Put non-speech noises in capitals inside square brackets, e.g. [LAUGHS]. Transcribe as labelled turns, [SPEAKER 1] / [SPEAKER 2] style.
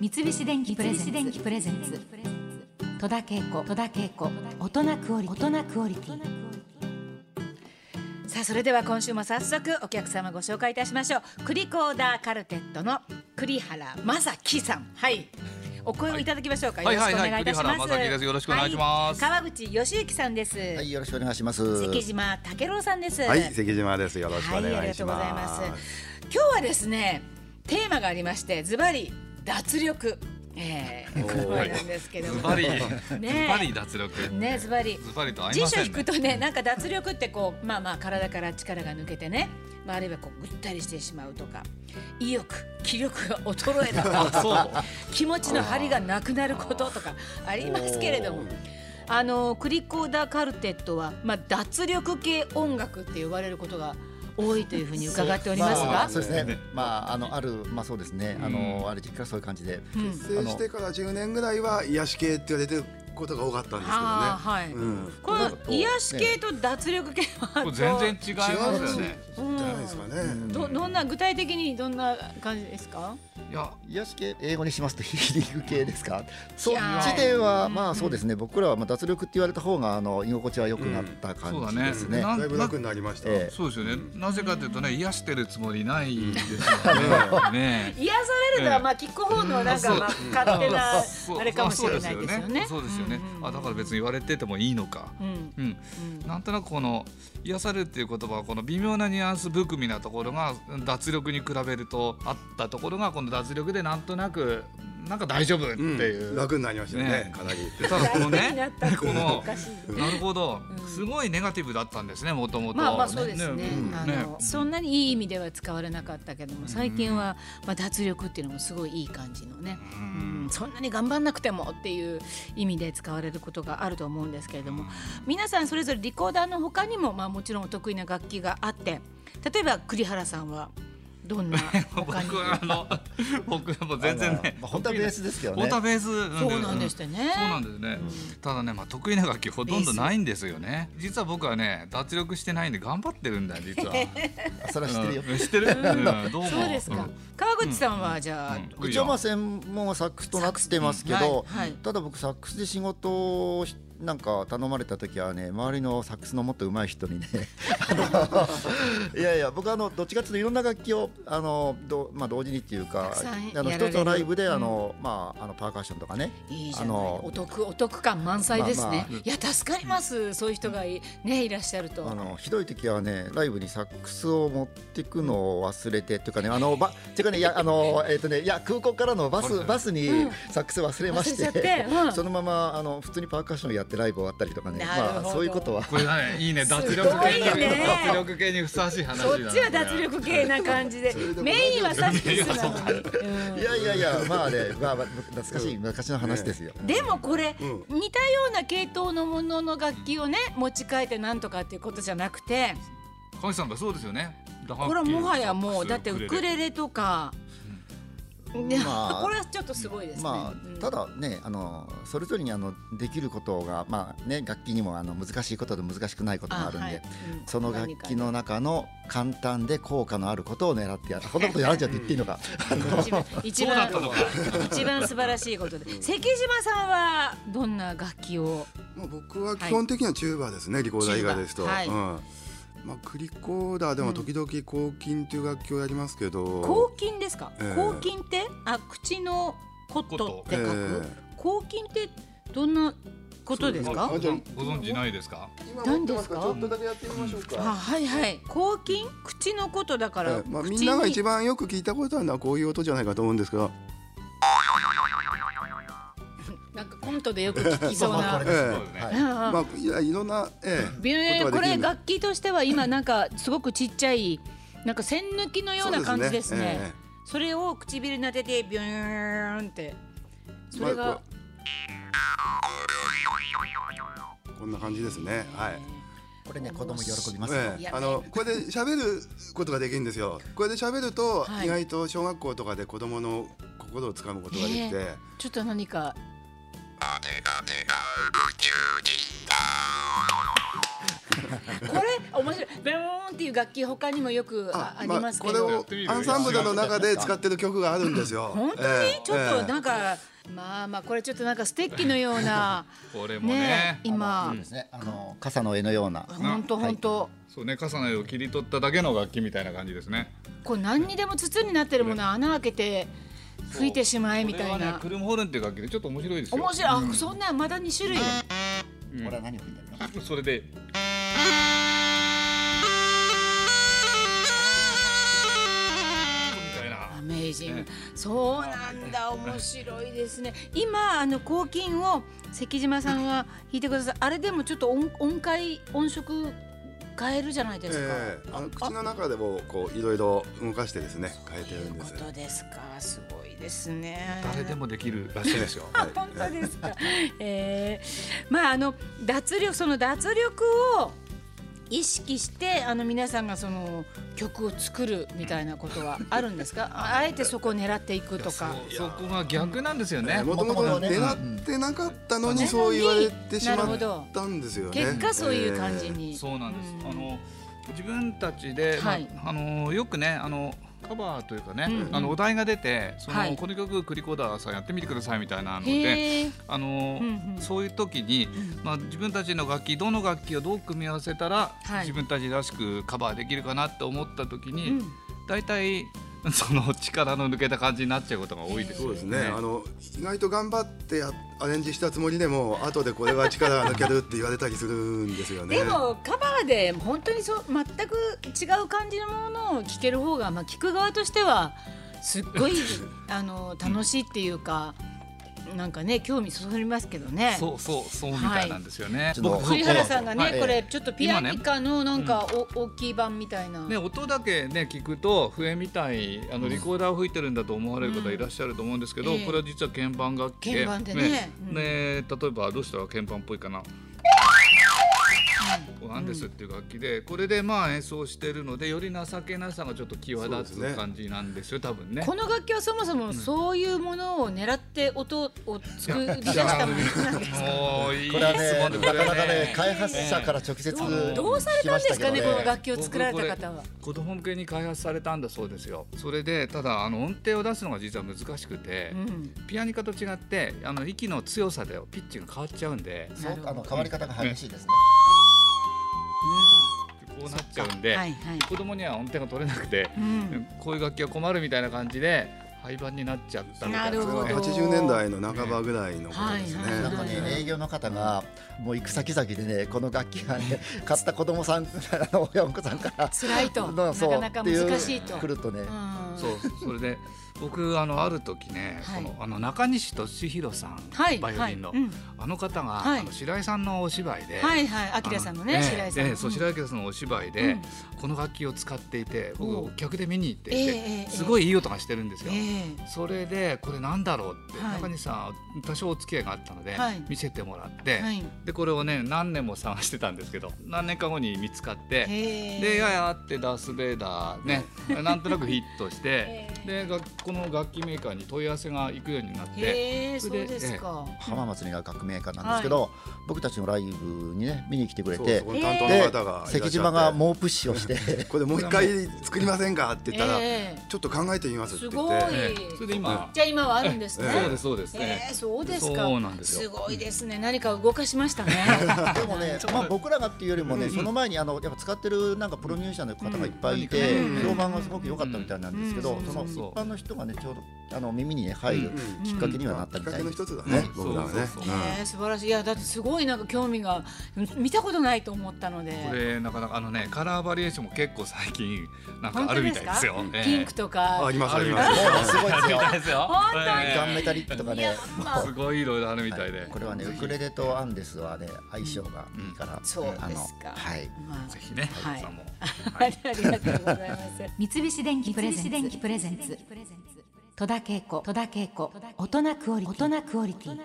[SPEAKER 1] 三菱電機プレゼンツ戸田恵子戸田恵子大人クオリティ大人クオリティさあそれでは今週も早速お客様ご紹介いたしましょうクリコーダーカルテットの栗原正樹さんはいお声をいただきましょうか、
[SPEAKER 2] はい
[SPEAKER 1] よろしくお願いいたします、
[SPEAKER 2] はいはいはい栗原正樹ですよろしくお願いします
[SPEAKER 1] はい川口義行さんです、
[SPEAKER 3] はい、よろしくお願いします。
[SPEAKER 1] 関島武郎さんです
[SPEAKER 3] はい、関島です。よろしくお願い
[SPEAKER 1] は
[SPEAKER 3] します。
[SPEAKER 1] い、ありがとうございます。今日はですね、テーマがありまして、ズバリ脱力。えー、これなんですけど
[SPEAKER 2] ズ
[SPEAKER 1] も。
[SPEAKER 2] バリ、
[SPEAKER 1] ね
[SPEAKER 2] ズバリ脱力。
[SPEAKER 1] ね、ズバリ。
[SPEAKER 2] ズバリと合い
[SPEAKER 1] 辞
[SPEAKER 2] ま
[SPEAKER 1] 書
[SPEAKER 2] せ
[SPEAKER 1] 引
[SPEAKER 2] ん
[SPEAKER 1] く
[SPEAKER 2] ね。
[SPEAKER 1] とね、なんか脱力ってこう、まあまあ体から力が抜けてね。まあ、あるいはこうぐったりしてしまうとか。意欲、気力が衰えたと
[SPEAKER 2] [LAUGHS]
[SPEAKER 1] か。気持ちの張りがなくなることとか、ありますけれども。あのクリコーダーカルテットは、まあ、脱力系音楽って呼ばれることが多いというふうに伺っておりますが、
[SPEAKER 3] まあ、そうですね。まあ、あの、ある、まあ、そうですね。あの、ある時期からそういう感じで。
[SPEAKER 4] 結成してから10年ぐらいは癒し系って言われてることが多かったんですけどね。
[SPEAKER 1] あーはい
[SPEAKER 4] うん。
[SPEAKER 1] この癒し系と脱力系は
[SPEAKER 2] これ全然違います
[SPEAKER 4] 違
[SPEAKER 2] よ
[SPEAKER 4] う
[SPEAKER 2] ね。
[SPEAKER 4] んじゃないですかね。
[SPEAKER 1] どどんな具体的にどんな感じですか？
[SPEAKER 2] いや、
[SPEAKER 3] 癒し系、英語にしますと、ヒーリング系ですか。そっ
[SPEAKER 1] いやー
[SPEAKER 3] ちでは、まあ、そうですね。僕らは、まあ、脱力って言われた方が、あの、居心地は良くなった
[SPEAKER 2] そう
[SPEAKER 3] 感
[SPEAKER 2] だ
[SPEAKER 3] じ
[SPEAKER 2] ね
[SPEAKER 3] です。ね。
[SPEAKER 2] な
[SPEAKER 4] だいぶ
[SPEAKER 2] な
[SPEAKER 4] 楽になりました。
[SPEAKER 3] ええ
[SPEAKER 2] そうですよね。なぜかというとね、癒してるつもりないですよ
[SPEAKER 3] [LAUGHS]
[SPEAKER 2] ね。ね
[SPEAKER 1] 癒されるの
[SPEAKER 2] え
[SPEAKER 1] は
[SPEAKER 2] え
[SPEAKER 1] まあ聞く方のなんか
[SPEAKER 2] うん
[SPEAKER 1] まあ勝手な
[SPEAKER 2] そう
[SPEAKER 1] あれかもしれないですよね。
[SPEAKER 2] そうですよね
[SPEAKER 1] うんうん。うん
[SPEAKER 2] あ、だから別に言われててもいいのか。
[SPEAKER 1] うん
[SPEAKER 2] うん、なんとなくこの癒されるっていう言葉はこの微妙なニュアンス含みなところが脱力に比べるとあったところがこの脱力でなんとなくなんか大丈夫って
[SPEAKER 4] うん
[SPEAKER 2] いう、
[SPEAKER 4] 楽になりましたよ
[SPEAKER 2] ね
[SPEAKER 4] ね。かなり。
[SPEAKER 2] ただこの
[SPEAKER 1] 楽にな
[SPEAKER 2] ね
[SPEAKER 1] ったって
[SPEAKER 2] この
[SPEAKER 1] おかしいね
[SPEAKER 2] なるほど、すごいネガティブだったんですねもともと
[SPEAKER 1] まあまあそうですね。
[SPEAKER 2] うん
[SPEAKER 1] あのそんなにいい意味では使われなかったけども、最近はまあ脱力っていうのもすごいいい感じのね。うんそんなに頑張んなくてもっていう意味で使われることがあると思うんですけれども、皆さんそれぞれリコーダーの他にもまあもちろんお得意な楽器があって、例えば栗原さんはどんな
[SPEAKER 2] [LAUGHS] 僕
[SPEAKER 1] 他に？
[SPEAKER 2] はあの僕はもう全然ね
[SPEAKER 3] まあ本当はベースですけどね
[SPEAKER 2] 本当はベース
[SPEAKER 1] そうなんでしたね
[SPEAKER 2] そうなんですね、ただね、まあ、得意な楽器ほとんどないんですよね実は僕はね脱力してないんで頑張ってるんだよ
[SPEAKER 1] [LAUGHS]
[SPEAKER 2] 実は
[SPEAKER 3] それは知ってるよ。
[SPEAKER 2] うん知ってる、うんどうも
[SPEAKER 1] そうですか。
[SPEAKER 2] ん
[SPEAKER 1] 川口さんはじゃあ、
[SPEAKER 2] うん
[SPEAKER 3] 一応まあ専門はサックスとなってますけ
[SPEAKER 1] サッ
[SPEAKER 3] ど
[SPEAKER 1] クスはいはい、
[SPEAKER 3] ただ僕サックスで仕事をしなんか頼まれた時はね、周りのサックスのもっと上手い人
[SPEAKER 1] [LAUGHS]
[SPEAKER 3] にね、あのい [LAUGHS] やいや僕あのどっちかというといろんな楽器をあのどまあ同時にっていう
[SPEAKER 1] た
[SPEAKER 3] か
[SPEAKER 1] くさん、
[SPEAKER 3] あの
[SPEAKER 1] やられる
[SPEAKER 3] 一つのライブであのまああのパーカッションとかね、
[SPEAKER 1] いいじゃ
[SPEAKER 3] あ
[SPEAKER 1] ない
[SPEAKER 3] の
[SPEAKER 1] お得お得感満載ですね、
[SPEAKER 3] まあまあ
[SPEAKER 1] いや助かりますそういう人がい,、ね、いらっしゃると
[SPEAKER 3] あのひどい時はねライブにサックスを持っていくのを忘れてというかねあのばていうかねいやあのえっ、とねいや空港からのバスバスにサックス忘れまして,、
[SPEAKER 1] 忘れちゃってうん
[SPEAKER 3] [LAUGHS] そのままあの普通にパーカッションやってライブ終わったりとかね
[SPEAKER 1] なるほど
[SPEAKER 3] まあそういうことは
[SPEAKER 2] これだねいいね脱力系
[SPEAKER 1] すごいね
[SPEAKER 2] 脱力系にふさわしい話だ
[SPEAKER 1] そ
[SPEAKER 2] ね
[SPEAKER 1] っちは脱力系な感じでメインはサックスなのに、
[SPEAKER 3] いやいやいや
[SPEAKER 1] [LAUGHS]
[SPEAKER 3] まあねまあ、まあ、懐かしい昔の話ですよ。
[SPEAKER 1] うんでもこれ、
[SPEAKER 4] う
[SPEAKER 1] 似たような系統のものの楽器をね持ち帰ってなんとかっていうことじゃなくて
[SPEAKER 2] 川口さんがそうですよね
[SPEAKER 1] こ
[SPEAKER 2] こ
[SPEAKER 1] れはもはやもうだってウクレレとか、ね
[SPEAKER 3] まあ
[SPEAKER 1] これはちょっとすごいですね。
[SPEAKER 3] ま
[SPEAKER 1] うん
[SPEAKER 3] あ、ただねあのそれぞれにあのできることが、まあね、楽器にもあの難しいことと難しくないこともあるんで、
[SPEAKER 1] あはいうん
[SPEAKER 3] その楽器の中の簡単で効果のあることを狙ってやるこんなことやらんじゃって言っていいのか
[SPEAKER 1] 一番一
[SPEAKER 2] そうだ
[SPEAKER 1] 番
[SPEAKER 2] ったのか
[SPEAKER 1] 一番素晴らしいことで関島さんはどんな楽器を
[SPEAKER 4] もう僕は基本的にはチューバーですね。リコーダー以外ですと。
[SPEAKER 1] チューバー
[SPEAKER 4] うんまあクリコーダーでも時々抗菌という楽器をやりますけど。
[SPEAKER 1] 口筋ですか、
[SPEAKER 4] ええ
[SPEAKER 1] 口筋ってあ口のコットって書く、
[SPEAKER 4] え
[SPEAKER 1] 口筋ってどんなことですか
[SPEAKER 4] そうですね
[SPEAKER 2] ご存知ないですか
[SPEAKER 4] 今
[SPEAKER 1] 何ですか
[SPEAKER 4] 持ってますらちょっとだけやってみましょう
[SPEAKER 1] あはいはい口筋口のことだから、
[SPEAKER 4] ええまあ、
[SPEAKER 1] 口に
[SPEAKER 4] みんなが一番よく聞いたことあるのはこういう音じゃないかと思うんですが、
[SPEAKER 1] なんかコントでよく聞きそう
[SPEAKER 4] [LAUGHS]
[SPEAKER 1] な
[SPEAKER 4] ええ
[SPEAKER 2] そうですね
[SPEAKER 3] はい
[SPEAKER 1] ああ
[SPEAKER 4] まあ、いやいろんな、ええ、
[SPEAKER 1] ビュー
[SPEAKER 4] こ
[SPEAKER 1] こ
[SPEAKER 4] とができ
[SPEAKER 1] れ
[SPEAKER 4] るんで
[SPEAKER 1] 楽器としては今なんかすごくちっちゃいなんか線抜きのような感じですねそ
[SPEAKER 4] そうですねえ
[SPEAKER 1] れを唇に当ててビューンってそれ
[SPEAKER 4] まあ
[SPEAKER 1] が
[SPEAKER 4] こうこんな感じですね。はい。
[SPEAKER 3] これね子供喜びますよ、
[SPEAKER 4] え
[SPEAKER 1] い
[SPEAKER 4] え
[SPEAKER 1] や、
[SPEAKER 4] あのこれで喋ることができるんですよ。これで喋ると、
[SPEAKER 1] はい
[SPEAKER 4] 意外と小学校とかで子供の心をつかむことができて、
[SPEAKER 1] えちょっと何かこれ面白いベローンっていう楽器他にもよくあありますけど、
[SPEAKER 4] これをアンサンブルの中で使ってる曲があるんですよ。
[SPEAKER 1] 本当に、
[SPEAKER 4] ええ
[SPEAKER 1] ちょっと
[SPEAKER 4] え
[SPEAKER 1] なんか、まあまあこれちょっとなんかステッキのよう
[SPEAKER 4] [LAUGHS]
[SPEAKER 1] な
[SPEAKER 2] これもね
[SPEAKER 1] ね今
[SPEAKER 3] そうですねあの傘の絵のような
[SPEAKER 1] 本当本当
[SPEAKER 2] そうね傘の絵を切り取っただけの楽器みたいな感じですね
[SPEAKER 1] こう何にでも筒になってるもの穴開けて吹いてしまえみたい
[SPEAKER 2] これはね
[SPEAKER 1] な
[SPEAKER 2] クルムホルンっていう楽器でちょっと面白いですよ
[SPEAKER 1] 面白いあそんなまだ2種類
[SPEAKER 2] うん
[SPEAKER 3] これは何を言うんだろう
[SPEAKER 2] それでみたいな
[SPEAKER 1] アメージング
[SPEAKER 2] ね
[SPEAKER 1] そうなんだ面白いですね今あの抗菌を関島さんが弾いてくださいあれでもちょっと音音階音色変えるじゃないですか、
[SPEAKER 4] ええあの口の中でもこういろいろ動かしてですね変えてるんで
[SPEAKER 1] こ
[SPEAKER 4] す。
[SPEAKER 1] とですかすごいですね
[SPEAKER 2] 誰でもできるらしい
[SPEAKER 1] [LAUGHS]
[SPEAKER 2] ですよ
[SPEAKER 1] あ本当ですか。えー、まああの脱力その脱力を意識してあの皆さんがその曲を作るみたいなことはあるんですか。ああえてそこを狙っていくとか。
[SPEAKER 2] そうそこが逆なんですよね
[SPEAKER 4] もとも
[SPEAKER 3] 元々
[SPEAKER 4] と
[SPEAKER 3] ね
[SPEAKER 4] 狙ってなかったのにそう言われてしま
[SPEAKER 1] なるほど
[SPEAKER 4] ったんですよね。
[SPEAKER 1] 結果そういう感じ
[SPEAKER 4] ええ
[SPEAKER 1] に。
[SPEAKER 2] そうなんです。
[SPEAKER 1] うん
[SPEAKER 2] あの自分たちで、まあ
[SPEAKER 1] はい
[SPEAKER 2] あのよくねあのカバーというかね、
[SPEAKER 1] うんうん
[SPEAKER 2] あのお題が出てその、
[SPEAKER 1] はい
[SPEAKER 2] この曲クリコーダーさんやってみてくださいみたいなので。
[SPEAKER 1] へえ。
[SPEAKER 2] あの
[SPEAKER 1] うんうん
[SPEAKER 2] そういう時に、まあ、自分たちの楽器どの楽器をどう組み合わせたら、
[SPEAKER 1] はい
[SPEAKER 2] 自分たちらしくカバーできるかなって思った時
[SPEAKER 1] う
[SPEAKER 2] に、
[SPEAKER 1] ん
[SPEAKER 2] 大体その力の抜けた感じになっちゃうことが多いです
[SPEAKER 4] そう
[SPEAKER 2] よ
[SPEAKER 4] ですね。あの意外と頑張ってやアレンジしたつもりでも後でこれは力が抜けるって言われたりするんですよね。
[SPEAKER 1] でもカバーで本当にそう全く違う感じのものを聴ける方が、まあ、聞く側としてはすっごいあの楽しいっていうかなんかね興味そそりますけどね。
[SPEAKER 2] そうそうそうみたいなんですよね。
[SPEAKER 3] い
[SPEAKER 2] 僕
[SPEAKER 1] 栗原さんがね、
[SPEAKER 2] はい
[SPEAKER 1] これちょっとピアニカのなんかお、大きい版みたいな、
[SPEAKER 2] ね、音だけね聞くと笛みたいあのリコーダーを吹いてるんだと思われる方いらっしゃると思うんですけど、
[SPEAKER 1] うんええ
[SPEAKER 2] これは実は鍵盤楽器
[SPEAKER 1] 鍵
[SPEAKER 2] で
[SPEAKER 1] 盤でねうん
[SPEAKER 2] ね例えばどうしたら鍵盤っぽいかな。こうなんですっていう楽器で、これでまあ演奏してるのでより情けなさがちょっと際立
[SPEAKER 4] そうです
[SPEAKER 2] つ
[SPEAKER 4] ね
[SPEAKER 2] 感じなんですよ多分ね。
[SPEAKER 1] この楽器はそもそもそういうものを狙って音を作り出
[SPEAKER 2] い
[SPEAKER 1] し
[SPEAKER 2] や
[SPEAKER 1] たものなんですか
[SPEAKER 2] もういい
[SPEAKER 3] これはね
[SPEAKER 2] 質問でこ
[SPEAKER 3] な
[SPEAKER 2] れは
[SPEAKER 3] かなかね
[SPEAKER 2] ね
[SPEAKER 3] 開発者から直接
[SPEAKER 1] どうどうされたんですかね
[SPEAKER 3] 聞きましたけど
[SPEAKER 1] この楽器を作られた方は。
[SPEAKER 2] 子供向けに開発されたんだそうですよ。それでただあの音程を出すのが実は難しくて。
[SPEAKER 1] うん
[SPEAKER 2] ピアニカと違ってあの息の強さでピッチが変わっちゃうんで、
[SPEAKER 3] そうあの変わり方が激しいですね
[SPEAKER 2] こうなっちゃうんで、
[SPEAKER 1] はいはい
[SPEAKER 2] 子供には音程が取れなくて、
[SPEAKER 1] うん
[SPEAKER 2] こういう楽器は困るみたいな感じで廃盤になっちゃったみたいな
[SPEAKER 1] なる
[SPEAKER 4] それ
[SPEAKER 1] ほ
[SPEAKER 4] は
[SPEAKER 1] ど
[SPEAKER 4] 80年代の半ばぐらいのことですね。
[SPEAKER 1] はい
[SPEAKER 3] なんかね営業の方がもう行く先々でねこの楽器がね買った子供さんあの親御さんから
[SPEAKER 1] 辛いと
[SPEAKER 2] [LAUGHS]
[SPEAKER 3] のそう
[SPEAKER 1] なかなか難しい
[SPEAKER 3] って
[SPEAKER 1] と
[SPEAKER 3] う来るとね
[SPEAKER 1] うん
[SPEAKER 2] そうそれで僕あのある時ね、
[SPEAKER 1] はい
[SPEAKER 2] このあの中西俊弘さん、
[SPEAKER 1] はい
[SPEAKER 2] バイオリンの、
[SPEAKER 1] はいうん
[SPEAKER 2] あの方が、
[SPEAKER 1] はい
[SPEAKER 2] あの白井さんのお芝居で。
[SPEAKER 1] はいはい
[SPEAKER 2] あ
[SPEAKER 1] 明さんのね
[SPEAKER 2] ええ
[SPEAKER 1] 白井さん
[SPEAKER 2] え
[SPEAKER 1] の、
[SPEAKER 2] えそう白井明さんのお芝居
[SPEAKER 1] う
[SPEAKER 2] で
[SPEAKER 1] ん、
[SPEAKER 2] この楽器を使っていて、
[SPEAKER 1] おう
[SPEAKER 2] 僕客で見に行っていて、
[SPEAKER 1] ええええ
[SPEAKER 2] すごいいい音がしてるんですよ。
[SPEAKER 1] え
[SPEAKER 2] それでこれなんだろうって、
[SPEAKER 1] はい
[SPEAKER 2] 中西さん多少お付き合いがあったので、
[SPEAKER 1] はい
[SPEAKER 2] 見せてもらって、
[SPEAKER 1] えはい
[SPEAKER 2] でこれをね何年も探してたんですけど何年か後に見つかって。
[SPEAKER 1] へえ、
[SPEAKER 2] でややあってダース・ベイダーねなんとなくヒットしてでがこの楽器メーカーに問い合わせが行くようになって
[SPEAKER 1] へえそ
[SPEAKER 2] そうれで
[SPEAKER 1] ですか、
[SPEAKER 3] 浜松にある革命家なんですけど、僕たちのライブにね見に来てくれて
[SPEAKER 4] そうそう担当の
[SPEAKER 3] で
[SPEAKER 4] 方がいらっしゃって
[SPEAKER 3] 関島が猛プッシュをして
[SPEAKER 4] これもう一回作りませんかって言ったら、
[SPEAKER 1] ええ
[SPEAKER 4] ちょっと考えてみますって言っ
[SPEAKER 1] す
[SPEAKER 4] て
[SPEAKER 1] ごい
[SPEAKER 2] ええそれで今
[SPEAKER 1] じゃあ今はあるんですね、
[SPEAKER 2] そうですそうです
[SPEAKER 1] え
[SPEAKER 2] ね
[SPEAKER 1] ー、そうですか。
[SPEAKER 2] そうなんですよ
[SPEAKER 1] ごいですね。何か動かしま
[SPEAKER 2] [LAUGHS]
[SPEAKER 1] したね。
[SPEAKER 3] でもね、まあ、僕らがっていうよりもね、その前にあのやっぱ使ってるなんかプロミュージシャンの方がいっぱいいて、
[SPEAKER 2] うん
[SPEAKER 3] 評判がすごく良かったみたいなんですけど、
[SPEAKER 1] うん
[SPEAKER 3] その
[SPEAKER 2] うん
[SPEAKER 3] 一般の人がねちょうどあの耳にね入るきっかけにはなったみ
[SPEAKER 4] 企画の
[SPEAKER 3] たいです。
[SPEAKER 4] 一つだね、
[SPEAKER 2] うん
[SPEAKER 4] 僕らはね
[SPEAKER 2] そうそう
[SPEAKER 1] ねえ素晴らしい。いやだってすごいなんか興味が見たことないと思ったので。
[SPEAKER 2] これなかなかあのねカラーバリエーションも結構最近なんかあるみたいですよ
[SPEAKER 1] 本当
[SPEAKER 2] ええ
[SPEAKER 1] かピンクと
[SPEAKER 4] うんあ
[SPEAKER 1] か
[SPEAKER 4] り。ます
[SPEAKER 2] あ
[SPEAKER 4] あ
[SPEAKER 2] る
[SPEAKER 4] り
[SPEAKER 2] み
[SPEAKER 4] ます
[SPEAKER 2] たい
[SPEAKER 3] もうすごいですよ。
[SPEAKER 2] ですよ
[SPEAKER 1] 本当に
[SPEAKER 2] ええ
[SPEAKER 3] ガンメタリックとか
[SPEAKER 1] いや
[SPEAKER 3] ね。
[SPEAKER 1] まあ
[SPEAKER 2] すごいいろいろあるみたいで、
[SPEAKER 3] これはねウクレレとアンデスはね相性がいいから、
[SPEAKER 1] そうですか
[SPEAKER 3] あのはい。
[SPEAKER 1] まあ
[SPEAKER 2] ぜひね、
[SPEAKER 1] はい
[SPEAKER 2] 皆さんも
[SPEAKER 1] [LAUGHS] ありがとうございます。
[SPEAKER 5] 三菱電機プレゼンツ
[SPEAKER 6] 三菱電機プレゼンツ
[SPEAKER 5] 戸田恵子戸田恵子大人クオリティ大人クオリティ